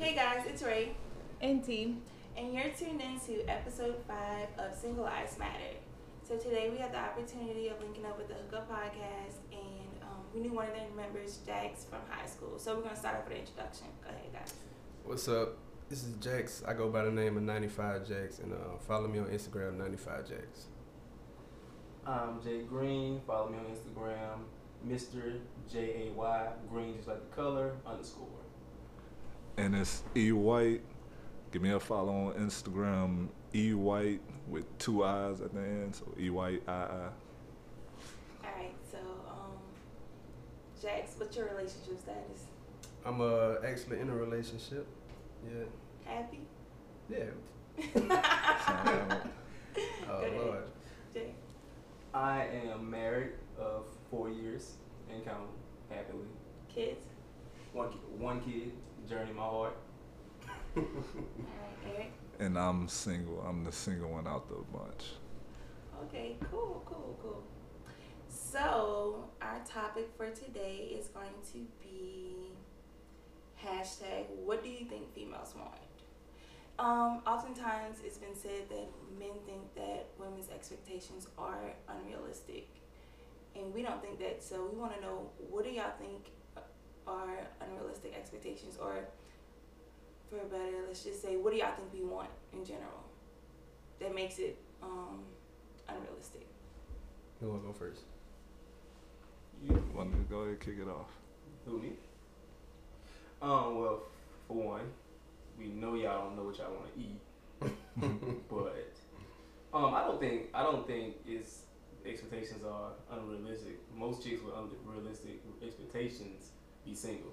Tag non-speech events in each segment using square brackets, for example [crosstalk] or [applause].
it's Ray, And team. and you're tuned in to episode five of Single Lives Matter. So today we had the opportunity of linking up with the Hookup Podcast, and um, we knew one of their members, Jax, from high school. So we're gonna start off with an introduction. Go ahead, guys. What's up? This is Jax. I go by the name of 95 Jax, and uh, follow me on Instagram, 95 Jax. I'm Um, Jay Green. Follow me on Instagram, Mr. J A Y Green, just like the color underscore. and it's E White. Give me a follow on Instagram, E White with two eyes at the end, so E White I I. All right, so um, Jax, what's your relationship status? I'm uh, actually in a relationship. Yeah. Happy? Yeah. Go Oh, ahead, Lord. [laughs] Jay. I am married of four years and counting happily. Kids? One ki- one kid, Journey My Heart. All right, Eric. And I'm single. I'm the single one out the bunch. Okay, cool, cool, cool. So our topic for today is going to be hashtag what do you think females want? Um, oftentimes it's been said that men think that women's expectations are unrealistic and we don't think that so we want to know what do y'all think uh, are unrealistic expectations or for better let's just say what do y'all think we want in general that makes it um, unrealistic. [laughs] Who want to go first? You Want to go ahead and kick it off? who me? Um. Well, for one, we know y'all don't know what y'all want to eat. but um, I don't think I don't think its expectations are unrealistic. Most chicks with unrealistic expectations be single.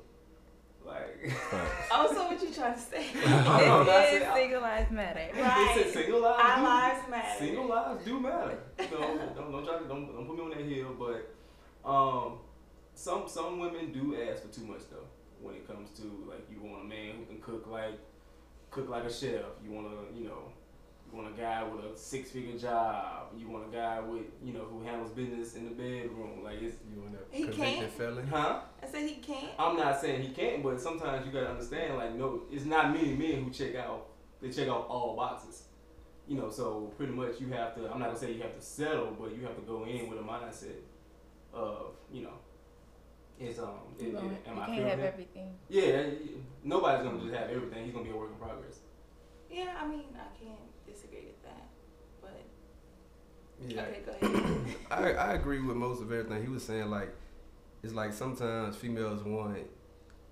Like [laughs] Facts. Also, what you trying to say? know, that's This is it. Single Lives Matter. they right. said single lives. Our do- lives matter. Single lives do matter. So don't don't try to don't, don't put me on that hill. But um, some some women do ask for too much though. When it comes to like you want a man who can cook like cook like a chef. You want to you know you want a guy with a six figure job. You want a guy with you know who handles business in the bedroom. Like it's You want that He convicted can't. felon? huh. I said he can't. I'm not saying he can't, but sometimes you gotta understand, like, no, it's not many men who check out. They check out all boxes, you know. So pretty much, you have to. I'm not gonna say you have to settle, but you have to go in with a mindset of, you know, is um, it, You it, won't- am you I can't have feeling him? everything. Yeah, yeah, nobody's gonna just have everything. He's gonna be a work in progress. Yeah, I mean, I can't disagree with that. But Yeah. okay, go ahead. [coughs] I, I agree with most of everything he was saying. Like, it's like sometimes females want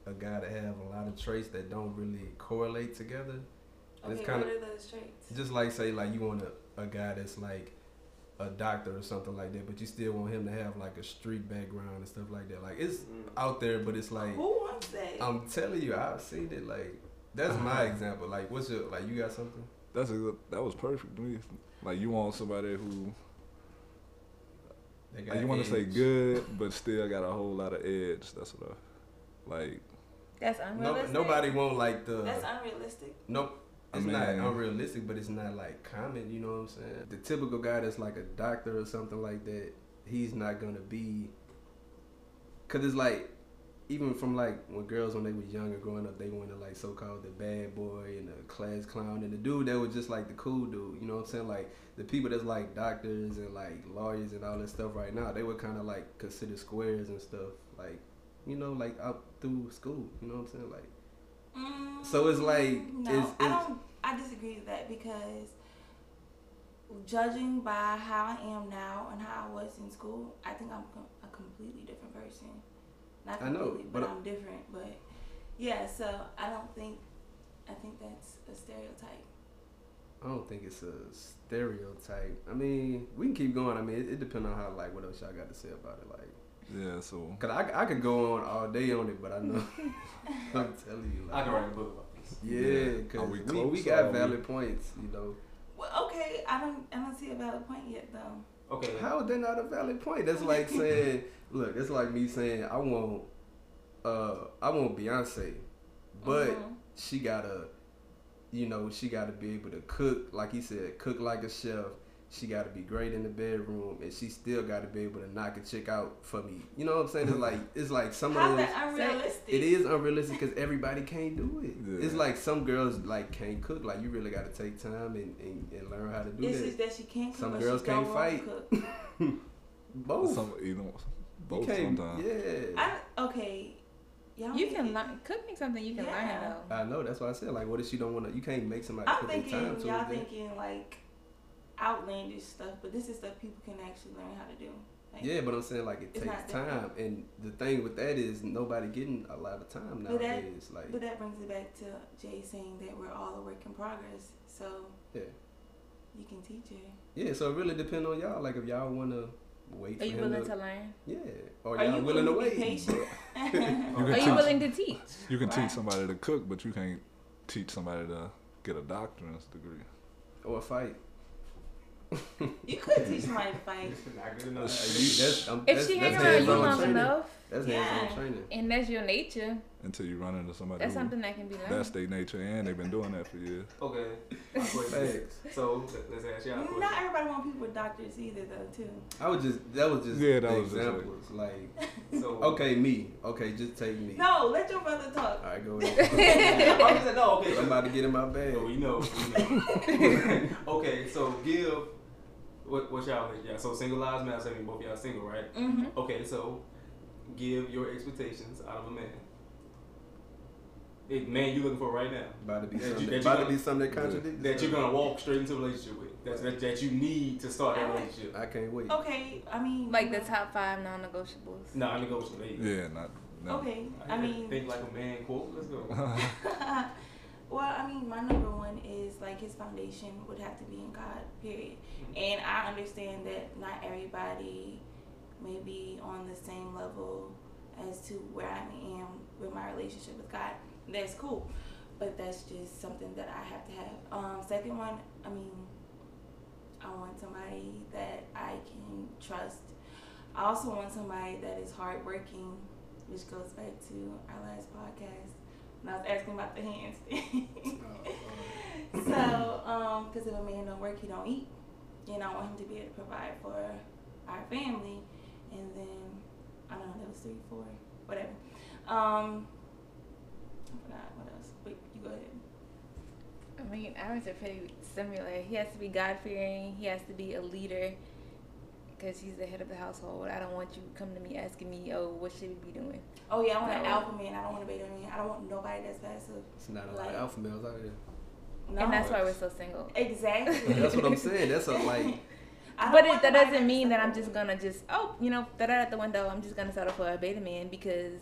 a guy to have a lot of traits that don't really correlate together. And Okay, it's kind what of are those traits? just like say like you want a, a guy that's like a doctor or something like that, but you still want him to have like a street background and stuff like that. Like it's out there, but it's like Who wants that? I'm telling you, I've seen it. Like Uh-huh. that's my example. Like what's your like? You got something? That's a, that was perfect to me. Like you want somebody who That like, you want to say edge. good, but still got a whole lot of edge. That's what I like. That's No, unrealistic. nobody want like the That's unrealistic. Nope. I It's not mean- unrealistic, but it's not like common, you know what I'm saying? The typical guy that's like a doctor or something like that, he's not gonna be. Cause it's like, even from like when girls, when they was younger growing up, they wanted like so called the bad boy and the class clown and the dude that was just like the cool dude, you know what I'm saying? Like the people that's like doctors and like lawyers and all that stuff right now, they were kind of like considered squares and stuff, like, you know, like up through school, you know what I'm saying? Like, Mm, So it's like- no, it's- I it's- don't. I disagree with that because judging by how I am now and how I was in school, I think I'm com- a completely different person. Not I know, completely, but, but I- I'm different. But yeah, so I don't think. I think that's a stereotype. I don't think it's a stereotype. I mean, we can keep going. I mean, it, it depends on how like what else y'all got to say about it. Like, Yeah, so cause I, I could go on all day on it, but I know [laughs] I'm telling you, I like, can write a book about this. yeah, Yeah. Are cause we, we we, close or got are we- valid points. You know, Well, okay, I don't. I don't see a valid point yet, though. Okay. how is that not a valid point? That's like saying, look, it's like me saying I want, uh, I want Beyonce, but Mhm. she gotta, you know, she gotta be able to cook, like he said, cook like a chef. She got to be great in the bedroom, and she still got to be able to knock a chick out for me. You know what I'm saying? [laughs] It's like it's like some How's of those. that unrealistic? It is unrealistic because everybody can't do it. Yeah. It's like some girls like can't cook. Like you really got to take time and, and, and learn how to do It's that. just that she can't cook. Some but girls she don't can't wanna fight. cook. both. Some, you know, You both can't- sometimes. Yeah. I, okay. Y'all You make can it- learn cooking something. You can learn Yeah. though. I, know. That's why I said like, what if she don't want to? You can't make somebody I'm cook in thinking time. y'all to it. thinking like outlandish stuff, but this is stuff people can actually learn how to do. Like, Yeah, but I'm saying like it It's takes not that time, and the thing with that is nobody getting a lot of time But that- nowadays. like But that brings it back to Jay saying that we're all a work in progress. So Yeah. you can teach her. yeah, so it really depends on y'all. Like if y'all wanna wait, Are for you him willing to, to learn? yeah, or Are y'all you willing to willing wait? to be patient? [laughs] [laughs] You Are can you teach. willing to teach? You can Right. teach somebody to cook, but you can't teach somebody to get a doctorate's degree. or [laughs] fight. you could teach somebody to fight. [laughs] Not good enough. Like, you- that's, um, If that's, she hang that's around you hands-on long training. enough, that's Yeah. hands-on training. and that's your nature, Until you run into somebody that's who, something that can be learned. that's their nature and they've been doing that for years. [laughs] Okay. My question. Facts. So let's ask y'all a question. Not everybody want people with doctors either, though. Too. I was just that was just Yeah, that the was just like- examples. like, So okay, me. Okay, just take me. No, let your brother All [laughs] talk. [laughs] Mm-hmm. right, go ahead. I'm just saying, no. Okay. I'm about to get in my bag. so Oh, we know. We [laughs] know. okay. So give. What what y'all think? Yeah. So single lives matter. I mean, both y'all single, right? Mm-hmm. Okay. So give your expectations out of a man. It, man, you looking for right now About to be That you- something. that you about to gonna- be something that contradicts. that you're itself. gonna walk straight into a relationship with. That's that, that you need to start that relationship. I can't wait. Okay, I mean, Like the top five non-negotiables. Nah, I'm gonna go with the lady. Yeah, not. No. [laughs] Okay, I mean, think like a man. Quote. Let's go. Uh-huh. [laughs] well, I mean, my number one is like his foundation would have to be in God, period. And I understand that not everybody may be on the same level as to where I am with my relationship with God. That's cool, but that's just something that I have to have. Um, second one, I mean, I want somebody that I can trust. I also want somebody that is hardworking, which goes back to our last podcast when I was asking about the hands. Uh-huh. [laughs] so, um, because if a man don't work, he don't eat, and I want him to be able to provide for our family, and then I don't know, that was three, four, whatever. Um, I forgot what else. Wait, you go ahead. I mean, ours are pretty similar. He has to be God fearing. He has to be a leader, because he's the head of the household. I don't want you coming to me asking me, "Oh, what should we be doing?" Oh yeah, I want an No. alpha man. I don't want a beta man. I don't want nobody that's passive. It's not a lot of alpha males out here. No. And that's why we're so single. exactly. [laughs] That's what I'm saying. That's a like. I don't But it, want that nobody doesn't mean that I'm that's just gonna just oh you know throw that out the window. I'm just gonna settle for a beta man because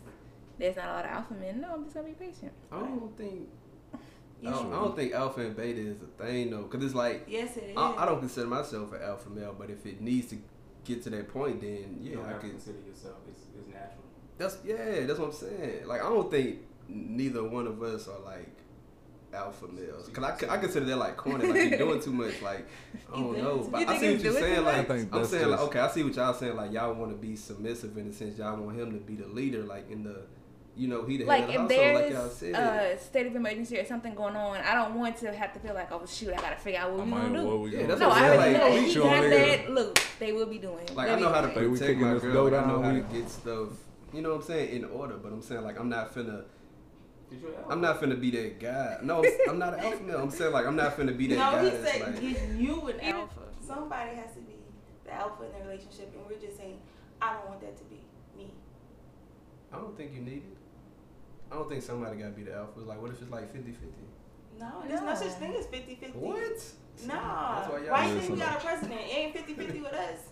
there's not a lot of alpha men. No, I'm just gonna be patient. I don't think I You don't, I don't think alpha and beta is a thing though, because it's like Yes, it is. I, I don't consider myself an alpha male, but if it needs to get to that point, then You yeah, don't I have to could. consider yourself. It's, it's natural. That's yeah, that's what I'm saying. Like I don't think neither one of us are like alpha males, because I, c- I consider that like corny, like you're doing too much. [laughs] Like I You don't doing know, too- but You I think see you what you're doing too saying. much? Like I think I'm that's saying, like just- okay, I see what y'all saying. Like y'all want to be submissive in the sense y'all want him to be the leader, like in the, you know, he the Like head of if the household, like there's uh, y'all said. a state of emergency or something going on, I don't want to have to feel like oh shoot I gotta figure out what I we might gonna do. what we Yeah, gonna that's do. No, I what I'm already saying, know. like, If we you got trying to- that, look, they will be doing. Like They'll I be know how to doing. Like, we protect kicking my this girl. Like, goat I out know the how to week. get stuff. You know what I'm saying in order, but I'm saying like I'm not finna. Did you I'm not finna be that guy. No, I'm, I'm not an alpha male. I'm saying like I'm not finna be [laughs] that no, guy. he that's said like, get you an Even- alpha. Somebody has to be the alpha in the relationship, and we're just saying, I don't want that to be me. I don't think you need it. I don't think somebody gotta be the alpha. Like what if it's like 50-50? No, there's no, No. such thing as 50 50. What? No. That's why why y'all. Yeah, you think we so- got a president? It ain't 50 50 with us. [laughs]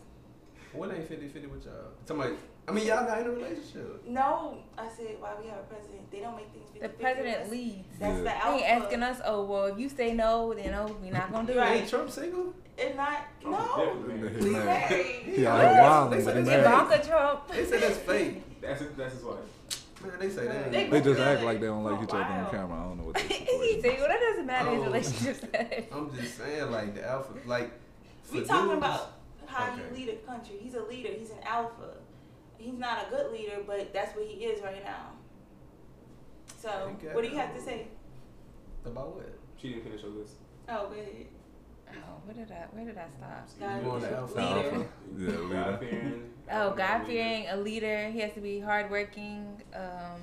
What ain't 50-50 with y'all? Somebody. I mean y'all not in a relationship. No, I said, why we have a president? They don't make things 50 The president leads. That's Yeah. the They alpha. ain't asking us, oh well, if you say no, then oh, we're not gonna do Right. Ain't Trump single? And not, Oh, no. Definitely. He's He's mad. married. He out here wilding, They said but he it. it's mad. Ivanka Trump. They say that's fake. That's his, that's his wife. Man, they say that. They ain't- They just act Really? like they don't like Oh, each other on wow. camera. I [laughs] don't know what the he situation say, well, that doesn't matter. His Oh. relationship's bad. I'm just saying like the alpha. Like. for We talking dudes- about how you Okay. lead a country. He's a leader. He's an alpha. He's not a good leader, but that's what he is right now. So, Okay. what do you have to say? about what? She didn't finish her list. Oh, go ahead. Oh, where did I where did I stop? God You want is the a alpha. leader. Alpha. Yeah, God leader. fearing. Oh, God fearing, a leader. He has to be hardworking. Um,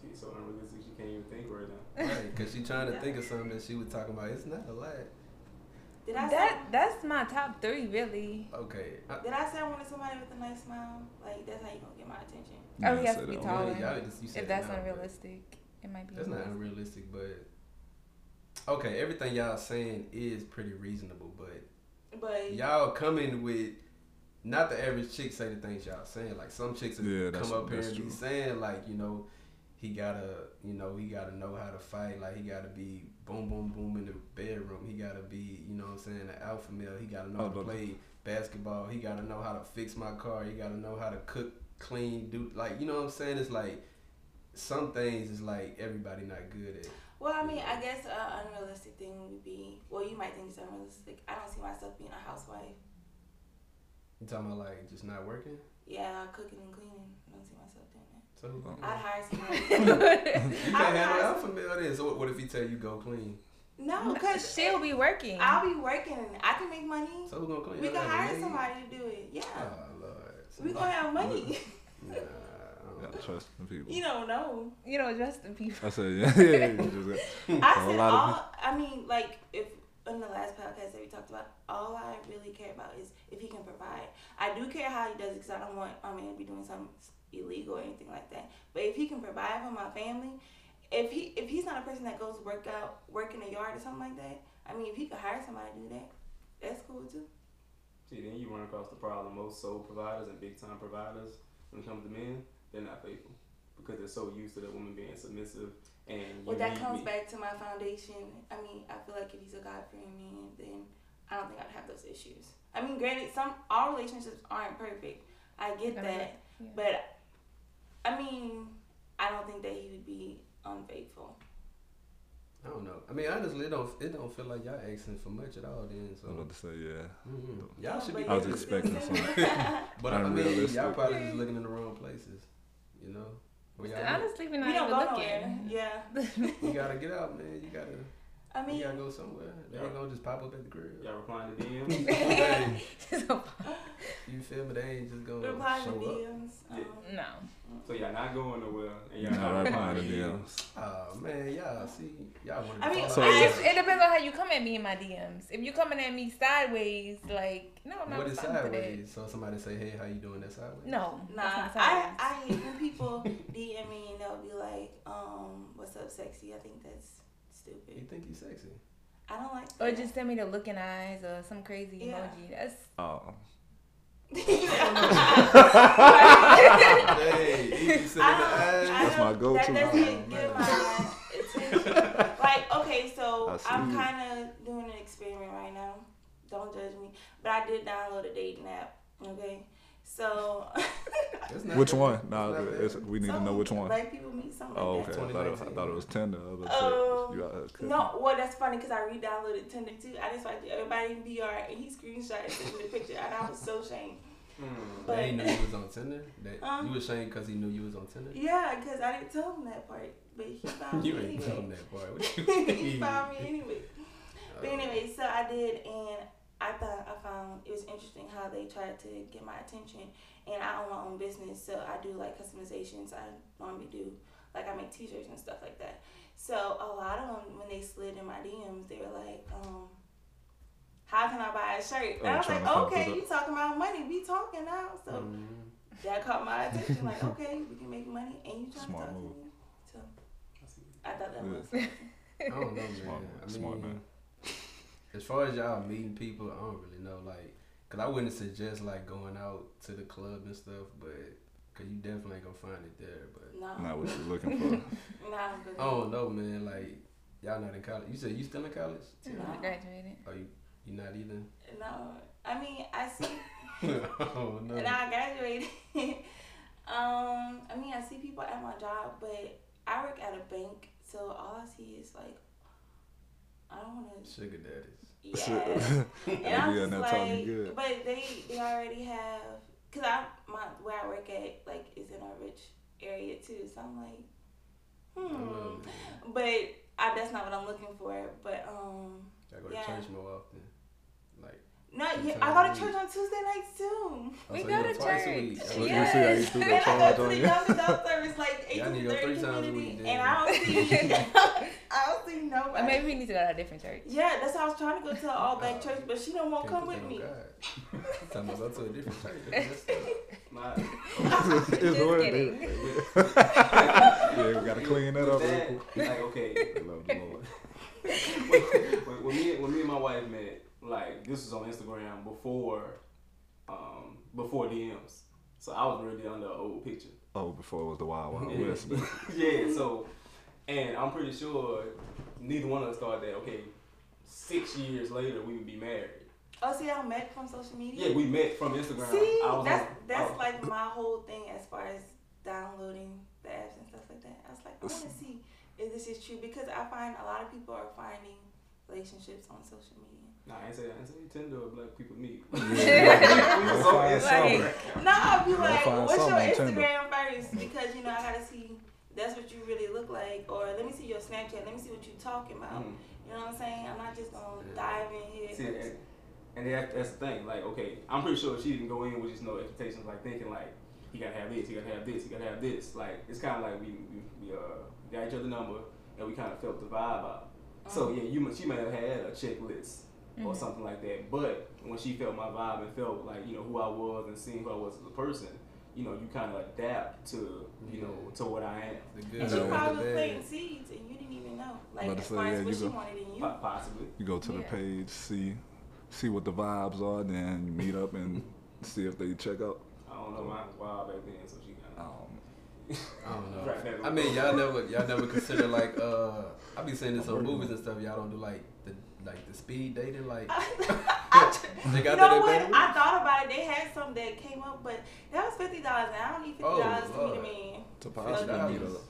See, so unrealistic. She can't even think right now. Right, cause she [laughs] trying to think of something that she was talking about. It's not a lot. Did I [laughs] that sound- that's my top three really. Okay, I, did I sound wanted somebody with a nice smile? Like that's how you gonna get my attention. Yeah, Oh, he has said to be that tall. one. yeah, y'all just- you said If that's now, but unrealistic, it might be. That's not unrealistic. unrealistic, but okay, everything y'all saying is pretty reasonable, but But y'all coming with not the average chick say the things y'all saying. Like some chicks will Yeah, that's- come up here that's and true. be saying like, you know, he gotta, you know, he gotta know how to fight. Like he gotta be boom, boom, boom in the bedroom. He gotta be, you know, what I'm saying, an alpha male. He gotta know Oh, how to but- play basketball. He gotta know how to fix my car. He gotta know how to cook, clean, do like, you know what I'm saying? It's like some things is like everybody not good at. well, I mean, I guess an unrealistic thing would be well, you might think it's unrealistic. I don't see myself being a housewife. You talking about like just not working? Yeah, cooking and cleaning. I don't see myself doing that. So who- Oh. I'd hire someone. I'd [laughs] you can't handle hire- alpha male then. So what, what if he tell you go clean? No, because [laughs] she'll be working. I'll be working. Oh, I can make money. So who's gonna clean? We Y'all can got hire money? somebody to do it. Yeah. Oh lord. we gonna have money. Nah, I Yeah, don't- trust the [laughs] people. you don't know. you know, just the people. I said, yeah, [laughs] yeah, you just got- I A said lot of all. I mean, like if in the last podcast that we talked about, all I really care about is if he can provide. I do care how he does it because I don't want my man to be doing something illegal or anything like that. But if he can provide for my family, if he if he's not a person that goes work out, work in the yard or something like that, I mean, if he could hire somebody to do that, that's cool too. See, then you run across the problem. Most sole providers and big time providers, when it comes to men, they're not faithful because they're so used to the woman being submissive and. You Well, that need comes me. back to my foundation. I mean, I feel like if he's a God fearing man, then I don't think I'd have those issues. I mean, granted, some all relationships aren't perfect. I [laughs] get I know that, yeah. but I mean, I don't think that he would be unfaithful. I don't know. I mean, honestly, it don't it don't feel like y'all asking for much at all. Then I was so about to say, yeah. Mhm. y'all should be. But I was it's still good. [laughs] [laughs] expecting single. But I mean, y'all Unrealistic. probably just looking in the wrong places. You know, we gotta, Honestly, we're we not don't go nowhere. even Yeah, looking. you gotta get out, man. You gotta I mean, you gotta go somewhere. They ain't gonna just pop up at the crib. Y'all replying to DMs? [laughs] Hey, So, you feel me? They ain't just gonna reply to show up. DMs. Um, no. so y'all not going nowhere, and y'all Not not right replying behind to the DMs. DMs. Oh man, y'all see, y'all want to. I mean, So- I It, it depends on how you come at me in my DMs. If you coming at me sideways, like no, I'm not what is responding to that. sideways? So somebody say, "Hey, how you doing?" That sideways. No, Nah, that's not I, sideways. I hate when people [laughs] DM me and they'll be like, um, what's up, sexy? I think that's You stupid. think you [laughs] sexy? I don't like or that. [laughs] just send me the looking eyes or some crazy Yeah. emoji. That's Oh, [laughs] hey, you be sitting in the I don't, eye. I That's my don't- go-to. That doesn't Oh, get my man. attention. Like, okay, I so see. Mm-hmm. I'm kind of doing an experiment right now. Don't judge me. But I did download a dating app, okay? So. [laughs] It's not which bad. one? Nah, not bad. it's, we need to know which Some one. Black people meet something Oh, like okay. that. I thought, it was, I thought it was Tinder. I was about to say, Um, you out here cooking. No, well, that's funny because I re-downloaded Tinder too. I just swiped everybody in VR and he screenshot and sent me the picture, and I was so shamed. Hmm. They But ain't knew you was on Tinder. That Um, you was ashamed because he knew you was on Tinder. [laughs] yeah, because I didn't tell him that part, but [laughs] he found You me ain't telling anyway. that [laughs] part. What you [laughs] he mean? found me anyway. But Uh, anyway, so I did, and I thought I found it was interesting how they tried to get my attention. And I own my own business, so I do like customizations. I normally do like I make T-shirts and stuff like that. So a lot of them, when they slid in my DMs, they were like, um, "How can I buy a shirt?" And Oh, I was trying like, to come "Okay, through you talking about money? We talking now?" So mm, that caught [laughs] my attention. Like, okay, we can make money, and you trying Smart to talk move. to me. So I see. [laughs] I thought that Yeah. was I [laughs] don't know, man. Smart man, I mean, smart man. As far as y'all meeting people, I don't really know. Like, cause I wouldn't suggest like going out to the club and stuff, but cause you definitely ain't gonna find it there. But no, Not no, what you're looking [laughs] for. I'm good. I don't know, Oh, man. Like, y'all not in college. You said you still in college? when I graduated. Are you? You not either? [laughs] [laughs] No, I mean I see oh no. and I graduated. [laughs] um, I mean, I see people at my job, but I work at a bank, so all I see is like, I don't [laughs] want to. Sugar [laughs] daddies. [laughs] Yeah. and Yeah, I'm and just that time you good. like, but they they already have, cause I my where I work at like is in a rich area too, so I'm like, I don't hmm. know, man. But I, that's not what I'm looking for. But um, I go to Yeah. church more often. Like no, yeah, Sometimes I go to we- church on Tuesday nights too. oh, We so go you to twice church. A week. I Oh, was I was gonna Yes. say, I used to go to and [laughs] I go to church the on you. young adult service [laughs] like eight Y'all need to to go thirty three times a community, week, then. and I don't see, [laughs] [laughs] I don't see Or nobody. maybe we need to go to a different church. [laughs] Yeah, that's why I was trying to go to an all black church, but she don't want to Uh, Can't come put with that me. on God. Time I go to a [laughs] different church. That's messed up. My, It's Just the word, kidding. baby. [laughs] yeah, we gotta clean that up. with real that, quick. Like okay, I [laughs] love the Lord. when, when- when me when me and my wife met, like this was on Instagram before, um, before DMs. So I was really under an old picture. Oh, before it was the Wild Wild Yeah. West. man. [laughs] yeah. So, and I'm pretty sure neither one of us thought that. Okay, six years later we would be married. Oh, see, I met from social media. Yeah, we met from Instagram. See, I was oh, that's on- I that's was- like my whole thing as far as downloading the apps and stuff like that. I was like, I want to see if this is true because I find a lot of people are finding relationships on social media. Nah, I ain't say I ain't say Tinder or black people meet. Yeah. [laughs] we was on Like- Instagram. No, I'll be I'll like, find what's your something on Tinder." Instagram first? Because you know I gotta see that's what you really look like, or let me see your Snapchat. Let me see what you talking about. Mm. You know what I'm saying? I'm not just gonna Yeah. dive in here. See, eh, and, and that, that's the thing. Like, okay, I'm pretty sure she didn't go in with just no expectations, like thinking like, he gotta have this, he gotta have this, he gotta have this. Like, it's kind of like we, we, we uh, got each other number, and we kind of felt the vibe out. So yeah, you mu- she may have had a checklist or Mhm. something like that. But when she felt my vibe and felt like you know who I was and seeing who I was as a person, you know, you kind of adapt to you know to what I am. The And good, she Yeah. the probably was bad. planting seeds and you didn't even know. Like About to as say, far yeah, as what you she go- wanted in you. Po- Possibly. You go to the Yeah. page, see, see what the vibes are, then you meet up and see if they check out. I don't know. Mine was wild back then, so she kind of. Um, Oh. [laughs] I don't Right, know. that I was- mean, y'all never, y'all never consider like, uh, I be seeing this on movies and stuff. Y'all don't do like the, like the speed dating, like [laughs] I, they you got know that what? in I thought about it. They had some that came up, but that was fifty dollars, and I don't need fifty dollars to Oh, meet a Lord. man. to Baby? possibly meet up.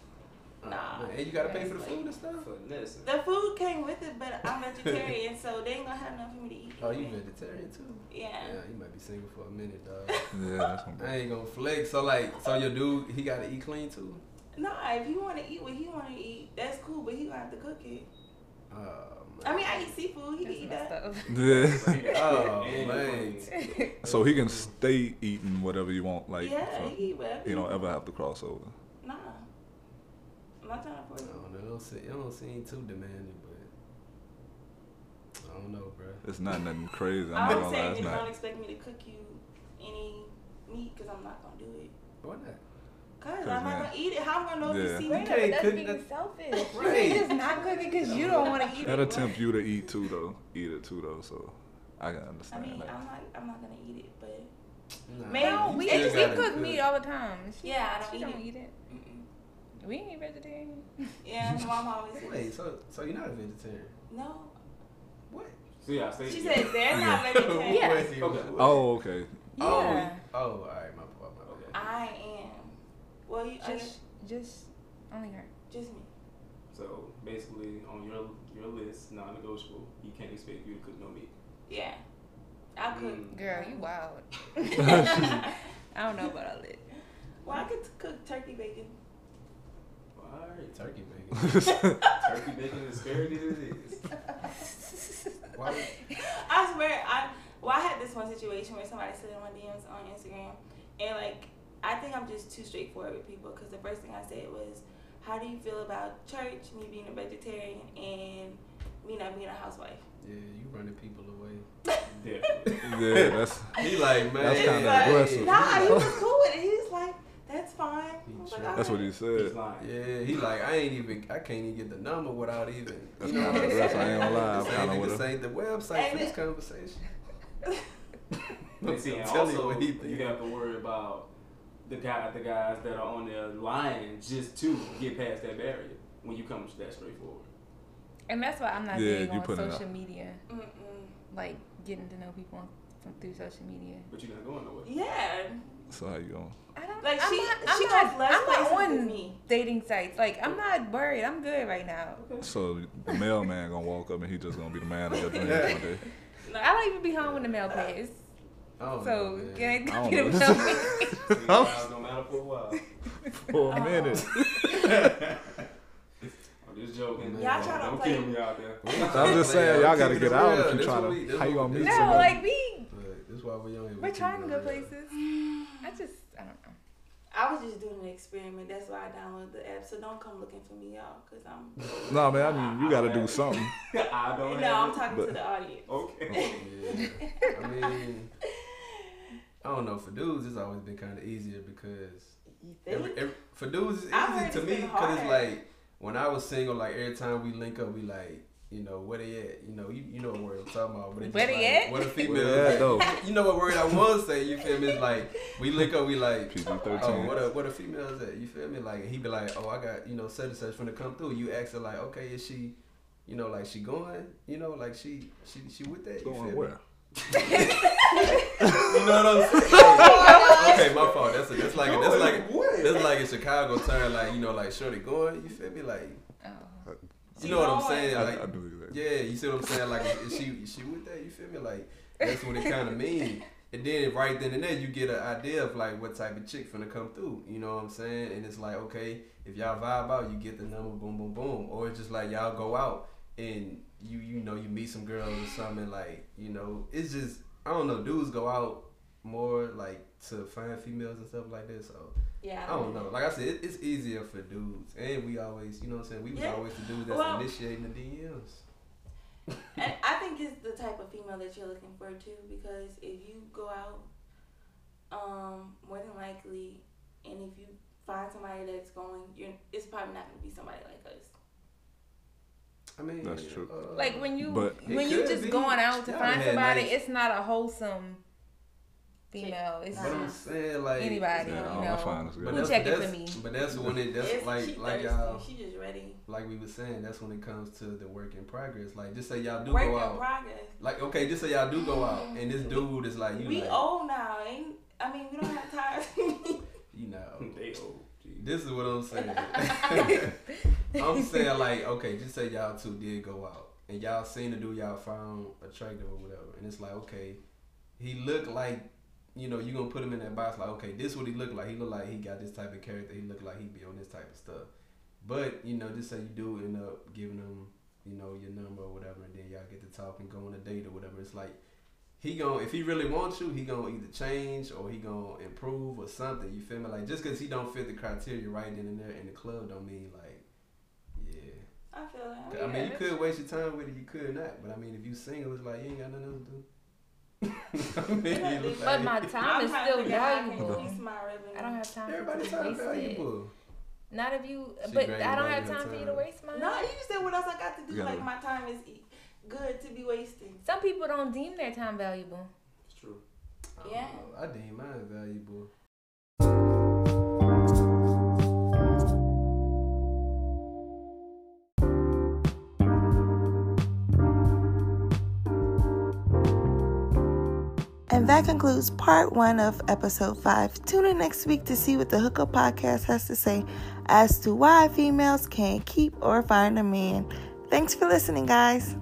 Nah. Man, and you gotta pay for the food and stuff. Finesse. The food came with it, but I'm vegetarian, so they ain't gonna have enough for me to eat. Oh, you anyway. vegetarian too? Yeah. Yeah, you might be single for a minute, dog. [laughs] Yeah, that's what I ain't gonna flex. So like, so your dude, he gotta eat clean too. Nah, if you want to eat what he want to eat, that's cool, but he gonna have to cook it. Oh man. I mean, I eat seafood. He can eat that. That's messed yeah. [laughs] Oh, And- man. up. [laughs] so he can stay eating whatever you want, like yeah, he for, can eat whatever. you don't ever have to cross over. Nah. I'm not trying to force I you. don't know. It don't seem, it don't seem too demanding, but I don't know, bro. It's not nothing crazy. I'm not I'm gonna lie, saying it's just don't not. expect me to cook you any meat because I'm not gonna do it. Why not? Cause 'Cause I'm not man. gonna eat it. How am I gonna know Yeah. if Wait, it's no, seafood? but can't that's cook being that- selfish. Right. It's not cooking because you don't want to eat That'll it. tempt you to eat too, though. Eat it too, though. So I can I understand mean, that. I'm not. I'm not gonna eat it, but Nah, Man, No, you we, still we gotta cook cook. meat all the time. She, Yeah, I don't she eat don't it. eat it. mm-mm. We ain't vegetarian. [laughs] yeah, my mom always Wait, says so so you're not a vegetarian? no. What? So yeah, stay. She said [laughs] they're [laughs] not vegetarian. Yeah. What is he- Okay. what- Oh, okay. [laughs] Oh, Yeah. oh, all right, my fault, my fault. Okay. I am. Well, you I- Just, just only her. just me. So basically, on your your list, non-negotiable. You can't expect you to cook no meat. Yeah. I cook. Mm. Girl, you wild. [laughs] [laughs] [laughs] I don't know about all that. well, I could cook turkey bacon. [laughs] Well, all right. Turkey bacon. That's Turkey bacon is fair as it is. [laughs] Why? would- I swear, I well, I had this one situation where somebody slid in my DMs on Instagram, and like, I think I'm just too straightforward with people because the first thing I said was, "How do you feel about church? Me being a vegetarian and me not being a housewife." [laughs] Yeah, you running people away. Definitely. [laughs] yeah, that's He like [laughs] man. That's kinda like- aggressive. Nah, [laughs] he was cool with it. He was like, "That's fine." I was like, that's "Alright." what he He's said. lying. Yeah, he like I ain't even I can't even get the number without even. That's you know kinda what I'm aggressive, I saying? ain't gonna lie, I'm This ain't kinda even with him. saying the website for And this it- conversation. And see, and [laughs] Tell you also what he think. you have to worry about the guy, the guys that are on there lying just to get past that barrier. When you come that straightforward. And that's why I'm not Yeah, big you on put it out. social media, [laughs] Mm-mm. like getting to know people on, from, through social media. But you're not going [laughs] nowhere. Yeah, So how you going? I don't like I'm she not, I'm she not, has less I'm not places than on me. dating sites. Like I'm not worried. I'm good right now. So the mailman gonna walk up and he just gonna be the man of your dreams one day. I don't even be home when the mail pays. Oh, So yeah. can I I don't get a know. mail [laughs] pay? See, [laughs] it's no matter for a while. For a minute. I'm just just joking. Man, Y'all try to Don't play- kill me out there. I'm just saying, y'all gotta get out if you That's try what we- to. that's How you what gonna we meet do. No, somebody? like we But that's why we only. we're trying to go places. I just I don't know. I was just doing an experiment. That's why I downloaded the app. So don't come looking for me, y'all, because I'm. No, man, I mean, you gotta do something. [laughs] I don't [laughs] no, have I'm it. talking to but- the audience. [laughs] Okay. [laughs] Yeah. I mean, I don't know. For dudes, it's always been kind of easier because You think? every, every, for dudes, it's I've easy heard to it's me been because it's hard. like when I was single, like every time we link up, we like. You know where they at? You know you, you know what word I'm talking about. But it's Where just they like, at? What [laughs] a female. Where they at, though? [laughs] You know what word I was saying? You feel me? It's like we link up. We like PG-13. Oh, what a what a female's at? You feel me? Like he be like, oh, I got you know such and such finna come through. You ask her like, okay, is she, you know, like she going? You know, like she she she with that? You feel me? Going where? You know what I'm saying? okay, my fault. That's a, that's like a, that's like a, that's like a Chicago term. Like you know, like shorty going. You feel me? Like Oh. you know what I'm saying? I, Like [laughs] I knew exactly. yeah, you see what I'm saying? Like, is she is she with that? You feel me? Like, that's what it kind of means. And then right then and there, you get an idea of like what type of chick finna come through. You know what I'm saying? And it's like, okay, if y'all vibe out, you get the number, boom, boom, boom. Or it's just like y'all go out and you you know you meet some girls or something. And like you know, it's just I don't know. Dudes go out more like to find females and stuff like that. So yeah. I don't know. Like I said, it, it's easier for dudes, and we always, you know what I'm saying. We was Yeah. always the dudes that's Well- initiating the DMs. And I think it's the type of female that you're looking for too, because if you go out, um, more than likely, and if you find somebody that's going, you're it's probably not gonna be somebody like us. I mean, That's true. uh, Like when you But- when It you could just be. going out to Y'all find done had somebody, nice- it's not a wholesome female. It's but I'm just saying like anybody, Yeah, you all know. my finest But Who that's, girls. check it for that's- me? But that's when it that's It's- like she like thirsty. y'all she just ready. like we was saying that's when it comes to the work in progress. Like just say y'all do Work go in out. progress. Like okay, just say y'all do go out, and this dude is like you we like old now, ain't? I mean, we don't have time. [laughs] you know. They old. Jeez. This is what I'm saying. I'm saying like, okay, just say y'all two did go out and y'all seen the dude y'all found attractive or whatever, and it's like, okay, he looked like, you know, you gonna put him in that box like, okay, this what he looked like. He looked like he got this type of character. He looked like he be on this type of stuff. But you know, just say you do end up giving him, you know, your number or whatever, and then y'all get to talk and go on a date or whatever. It's like. He gon' if he really wants you, he gonna either change or he gonna improve or something. You feel me? Like just cause he don't fit the criteria right then and there in the club don't mean like, yeah. I feel like I mean, you Oh, that's- could waste your time with it, you could not. But I mean, if you single, it's like you ain't got nothing [laughs] else to do. I mean, it's But my like, time is trying to still figure out how I valuable. can increase my revenue. I don't have time for you everybody's to time waste it. valuable. Not if you, She but great I don't about have your time for you to time. waste mine. No, you just said what else I got to do. You gotta- Like my time is e- good to be wasting. Some people don't deem their time valuable. It's true. I don't Yeah. know. Oh, I deem mine valuable. And that concludes part one of episode five. Tune in next week to see what the Hookup Podcast has to say as to why females can't keep or find a man. Thanks for listening, guys.